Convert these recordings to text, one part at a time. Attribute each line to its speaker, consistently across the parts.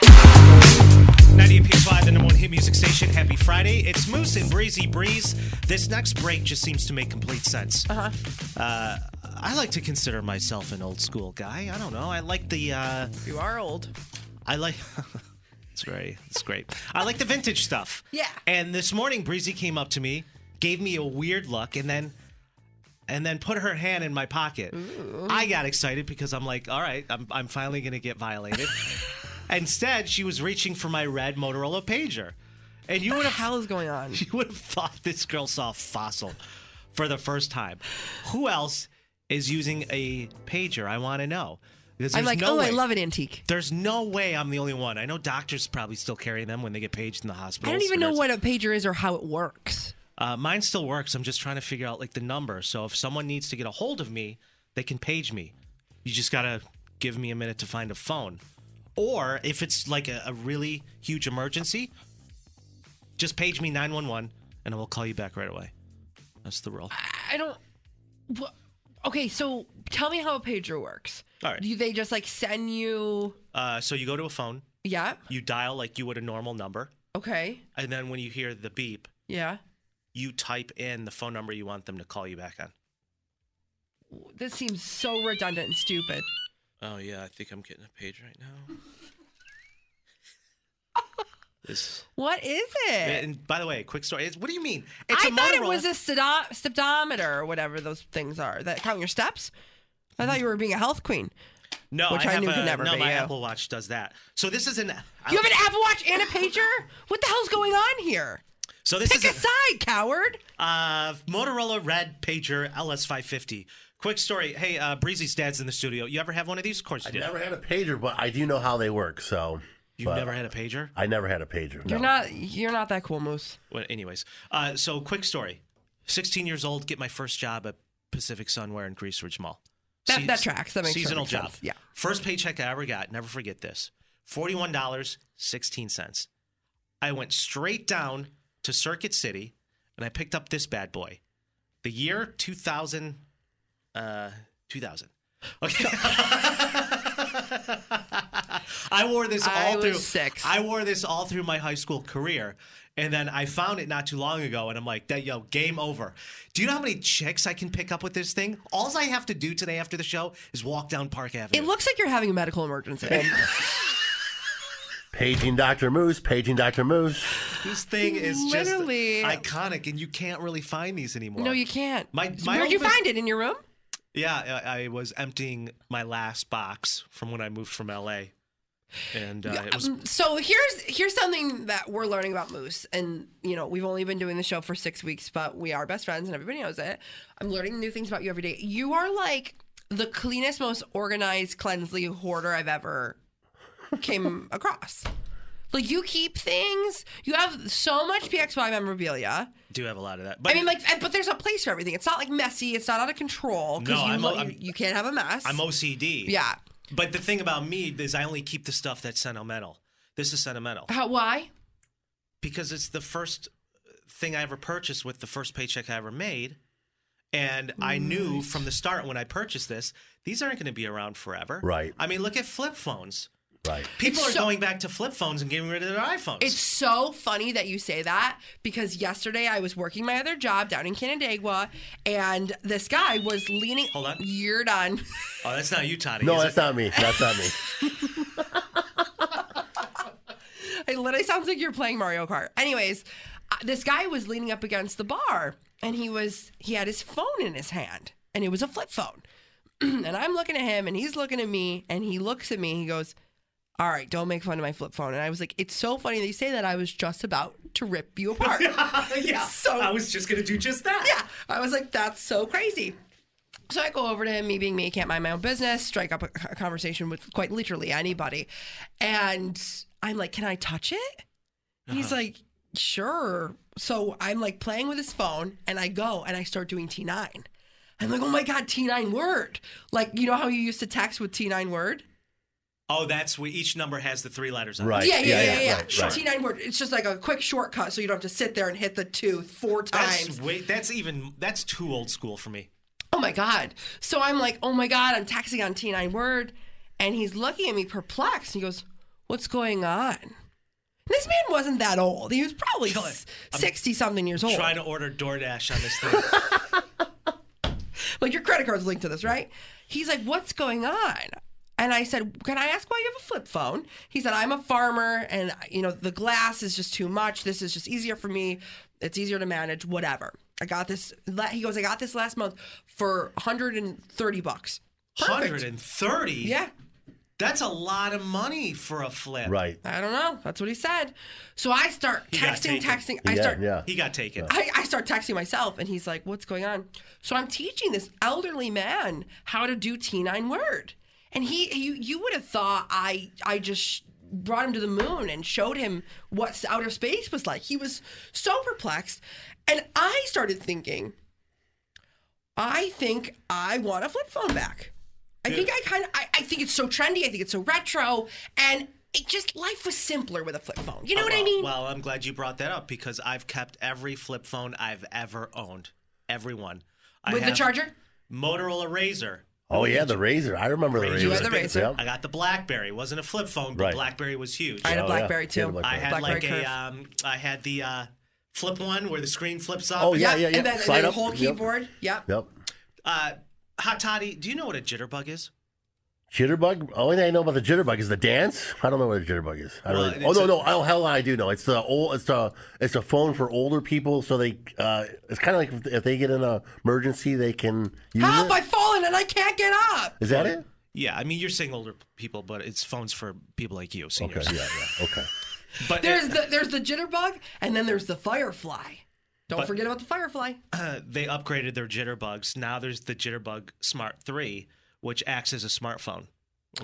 Speaker 1: 98.5, the number one hit music station. Happy Friday. It's Moose and Breezy Breeze. This next break just seems to make complete sense. Uh-huh. I like to consider myself an old school guy. I don't know. I like the, uh,
Speaker 2: You are old.
Speaker 1: I like... it's very, it's great. I like the vintage stuff.
Speaker 2: Yeah.
Speaker 1: And this morning, Breezy came up to me, gave me a weird look, and then... And then put her hand in my pocket. I got excited because I'm like, all right, I'm, I'm finally going to get violated. Instead, she was reaching for my red Motorola pager. And you
Speaker 2: What
Speaker 1: would
Speaker 2: the
Speaker 1: have
Speaker 2: hell is going on?
Speaker 1: you would have thought this girl saw fossil for the first time. Who else is using a pager? I want to know. Because
Speaker 2: I'm
Speaker 1: there's
Speaker 2: like,
Speaker 1: no
Speaker 2: oh,
Speaker 1: way,
Speaker 2: I love an antique.
Speaker 1: There's no way I'm the only one. I know doctors probably still carry them when they get paged in the hospital.
Speaker 2: I don't even know what a pager is or how it works.
Speaker 1: Uh, mine still works. I'm just trying to figure out like the number. So if someone needs to get a hold of me, they can page me. You just gotta give me a minute to find a phone. Or if it's like a, a really huge emergency, just page me 911 and I will call you back right away. That's the rule.
Speaker 2: I don't. What? Okay, so tell me how a pager works.
Speaker 1: All right.
Speaker 2: Do they just like send you?
Speaker 1: Uh, so you go to a phone,
Speaker 2: Yeah.
Speaker 1: you dial like you would a normal number,
Speaker 2: Okay.
Speaker 1: and then when you hear the beep,
Speaker 2: Yeah.
Speaker 1: you type in the phone number you want them to call you back on.
Speaker 2: This seems so redundant and stupid.
Speaker 1: Oh yeah, I think I'm getting a page right now. this.
Speaker 2: What is it?
Speaker 1: And by the way, quick story. It's, what do you mean?
Speaker 2: I thought it
Speaker 1: Motorola.
Speaker 2: was a stado- speedometer or whatever those things are that count your steps. I thought you were being a health queen.
Speaker 1: no.
Speaker 2: which I
Speaker 1: have
Speaker 2: knew could
Speaker 1: a-
Speaker 2: never
Speaker 1: No,
Speaker 2: be,
Speaker 1: my
Speaker 2: yeah.
Speaker 1: Apple Watch does that. So this is an.
Speaker 2: You have an Apple Watch and a pager? What the hell's going on here?
Speaker 1: so this
Speaker 2: Pick a
Speaker 1: is a,
Speaker 2: side, coward.
Speaker 1: uh, Motorola Red Pager LS550. Quick story. Hey, uh, Breezy's dad's in the studio. You ever have one of these? Of course you
Speaker 3: I
Speaker 1: did.
Speaker 3: never had a pager, but I do know how they work. So
Speaker 1: You've never had a pager.
Speaker 3: I never had a pager.
Speaker 2: You're
Speaker 3: no.
Speaker 2: not. You're not that cool, Moose.
Speaker 1: Well, anyways, uh, so quick story. 16 years old, get my first job at Pacific Sunwear in Grease Ridge Mall.
Speaker 2: That- that tracks. That makes
Speaker 1: seasonal
Speaker 2: perfect
Speaker 1: job.
Speaker 2: sense. Yeah.
Speaker 1: First paycheck I ever got. Never forget this. Forty-one dollars sixteen cents. I went straight down to Circuit City, and I picked up this bad boy. The year two thousand. Uh, two thousand. Okay. I wore this all
Speaker 2: I was
Speaker 1: through
Speaker 2: six.
Speaker 1: I wore this all through my high school career, and then I found it not too long ago, and I'm like, "That yo, game over." Do you know how many chicks I can pick up with this thing? All I have to do today after the show is walk down Park Avenue.
Speaker 2: It looks like you're having a medical emergency.
Speaker 3: Paging Dr. Moose, paging Dr. Moose.
Speaker 1: this thing is
Speaker 2: Literally.
Speaker 1: just iconic, and you can't really find these anymore.
Speaker 2: no, you can't.
Speaker 1: My- my
Speaker 2: Where'd you
Speaker 1: oldest-
Speaker 2: find it in your room?
Speaker 1: Yeah, I, I was emptying my last box from when I moved from LA, and uh, it was
Speaker 2: Um, so here's here's something that we're learning about Moose, and you know we've only been doing the show for six weeks, but we are best friends, and everybody knows it. I'm learning new things about you every day. You are like the cleanest, most organized, cleansly hoarder I've ever came across. Like you keep things. You have so much PXY memorabilia.
Speaker 1: do have a lot of that. But
Speaker 2: I mean, like, but there's a place for everything. It's not like messy. It's not out of control because
Speaker 1: No,
Speaker 2: you,
Speaker 1: I'm
Speaker 2: lo-
Speaker 1: o- I'm-
Speaker 2: you you can't have a mess.
Speaker 1: I'm OCD.
Speaker 2: yeah.
Speaker 1: But the thing about me is I only keep the stuff that's sentimental. This is sentimental
Speaker 2: How, why?
Speaker 1: because it's the first thing I ever purchased with the first paycheck I ever made. And I knew from the start when I purchased this, these aren't going to be around forever.
Speaker 3: Right.
Speaker 1: I mean, look at flip phones.
Speaker 3: Right.
Speaker 1: People
Speaker 2: It's
Speaker 1: are
Speaker 2: so-
Speaker 1: going back to flip phones and getting rid of their iPhones.
Speaker 2: It's so funny that you say that because yesterday I was working my other job down in Canandaigua, and this guy was leaning.
Speaker 1: Hold on.
Speaker 2: You're done.
Speaker 1: oh, that's not you, Toddy.
Speaker 3: No,
Speaker 1: is
Speaker 3: that's
Speaker 1: it?
Speaker 3: not me. That's not me.
Speaker 2: It literally sounds like you're playing Mario Kart. Anyways, uh, this guy was leaning up against the bar and he was he had his phone in his hand and it was a flip phone. and I'm looking at him and he's looking at me and he looks at me and he goes, "All right, don't make fun of my flip phone." And I was like, "It's so funny that you say that. I was just about to rip you apart."
Speaker 1: yeah.
Speaker 2: So-
Speaker 1: I was just going to do just that.
Speaker 2: yeah. I was like, that's so crazy. So I go over to him, me being me, can't mind my own business, strike up a, a conversation with quite literally anybody. And I'm like, can I touch it? He's like, sure. So I'm like playing with his phone and I go and I start doing T9. I'm like, oh my God, T9 word. Like, you know how you used to text with T9 word?
Speaker 1: Oh, that's we. Each number has the three letters. on it.
Speaker 3: Right.
Speaker 2: Yeah, yeah, yeah, yeah.
Speaker 3: right, right.
Speaker 2: Sure. T9 word. It's just like a quick shortcut so you don't have to sit there and hit the two four times.
Speaker 1: That's way, That's even. That's too old school for me.
Speaker 2: oh my god so i'm like oh my god i'm texting on t9 word and he's looking at me perplexed he goes what's going on this man wasn't that old he was probably
Speaker 1: Kill it.
Speaker 2: 60 something years old
Speaker 1: Trying to order DoorDash on this thing.
Speaker 2: like your credit card's linked to this right he's like what's going on and I said, "Can I ask why you have a flip phone?" He said, "I'm a farmer, and you know the glass is just too much. This is just easier for me. It's easier to manage. Whatever. I got this." la- He goes, "I got this last month for 130 bucks.
Speaker 1: Hundred and thirty.
Speaker 2: Yeah,
Speaker 1: That's a lot of money for a flip.
Speaker 3: Right.
Speaker 2: I don't know. That's what he said. So I start
Speaker 1: got
Speaker 2: texting,
Speaker 1: taken.
Speaker 2: texting. I
Speaker 3: yeah,
Speaker 2: start.
Speaker 3: yeah.
Speaker 1: He got taken.
Speaker 3: Uh,
Speaker 2: I, I start texting myself, and he's like, "What's going on?" So I'm teaching this elderly man how to do T9 word, and he, you, you would have thought I, I just brought him to the moon and showed him what s- outer space was like. He was so perplexed, and I started thinking, I think I want a flip phone back. I think I kind of, I, I think it's so trendy. I think it's so retro, and it just life was simpler with a flip phone. You know what I
Speaker 1: Well-
Speaker 2: mean?
Speaker 1: Well, I'm glad you brought that up because I've kept every flip phone I've ever owned. Everyone. I
Speaker 2: with the
Speaker 1: have
Speaker 2: charger.
Speaker 1: Motorola Razor.
Speaker 3: Oh yeah, the razor. I remember the razor.
Speaker 2: You had the razor.
Speaker 3: Yep.
Speaker 1: I got the BlackBerry. It wasn't a flip phone, but
Speaker 3: Right.
Speaker 1: BlackBerry was huge.
Speaker 2: I had a
Speaker 3: Oh, yeah.
Speaker 2: BlackBerry
Speaker 3: Yeah,
Speaker 2: too.
Speaker 3: the
Speaker 1: I had
Speaker 2: BlackBerry
Speaker 1: like
Speaker 2: curve.
Speaker 1: a um, I had the uh, flip one where the screen flips up.
Speaker 3: Oh yeah, yeah, yeah.
Speaker 2: And then, and
Speaker 3: Slide
Speaker 2: then
Speaker 3: up.
Speaker 2: the whole
Speaker 3: Yep.
Speaker 2: keyboard. Yep.
Speaker 3: Yep.
Speaker 1: Uh, Hot Toddy, do you know what a jitterbug is?
Speaker 3: Jitterbug. Only thing I know about the jitterbug is the dance. I don't know what a jitterbug is. I don't
Speaker 1: Well,
Speaker 3: really- oh
Speaker 1: it's
Speaker 3: no,
Speaker 1: a-
Speaker 3: no. Oh hell, I do know. It's the old. It's a. It's a phone for older people. So they. Uh, it's kind of like if, if they get in an emergency, they can use
Speaker 2: Help!
Speaker 3: it.
Speaker 2: I've fallen and I can't get up.
Speaker 3: Is that it?
Speaker 1: Yeah, I mean you're saying older people, but it's phones for people like you,
Speaker 3: Okay.
Speaker 1: seniors.
Speaker 3: Yeah. Yeah. Okay.
Speaker 1: But
Speaker 2: There's the there's the jitterbug and then there's the firefly. Don't forget about the firefly.
Speaker 1: uh, they upgraded their jitterbugs. Now there's the Jitterbug Smart 3, which acts as a smartphone.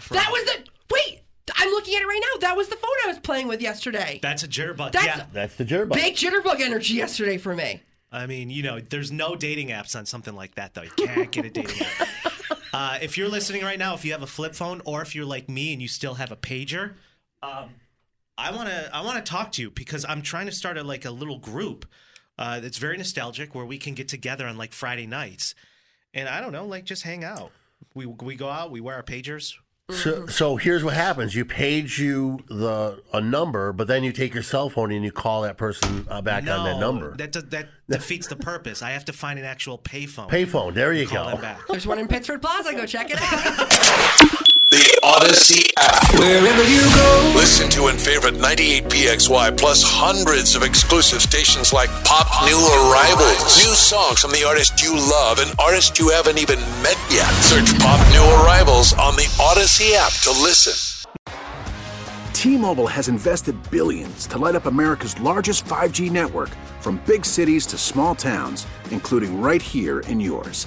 Speaker 1: For-
Speaker 2: That was the wait. I'm looking at it right now. That was the phone I was playing with yesterday.
Speaker 1: That's a jitterbug.
Speaker 2: That's-
Speaker 1: yeah.
Speaker 3: That's the jitterbug.
Speaker 2: Big jitterbug energy yesterday for me.
Speaker 1: I mean, you know, there's no dating apps on something like that, though. You can't get a dating app. Uh, if you're listening right now, if you have a flip phone, or if you're like me and you still have a pager, um, I wanna I wanna talk to you because I'm trying to start a like a little group uh, that's very nostalgic where we can get together on like Friday nights, and I don't know, like just hang out. We we go out, we wear our pagers,
Speaker 3: So, so here's what happens: you page you the a number, but then you take your cell phone and you call that person uh, back on that number.
Speaker 1: That does, that defeats the purpose. I have to find an actual payphone.
Speaker 3: Payphone. There you
Speaker 1: Call
Speaker 3: go.
Speaker 1: them back.
Speaker 2: There's one in Pittsford Plaza. Go check it out.
Speaker 4: The Odyssey app.
Speaker 5: Wherever you go,
Speaker 4: Listen to and favorite 98PXY plus hundreds of exclusive stations like Pop New Arrivals. New songs from the artist you love and artists you haven't even met yet. Search Pop New Arrivals on the Odyssey app to listen.
Speaker 5: T-Mobile has invested billions to light up America's largest 5G network from big cities to small towns, including right here in yours.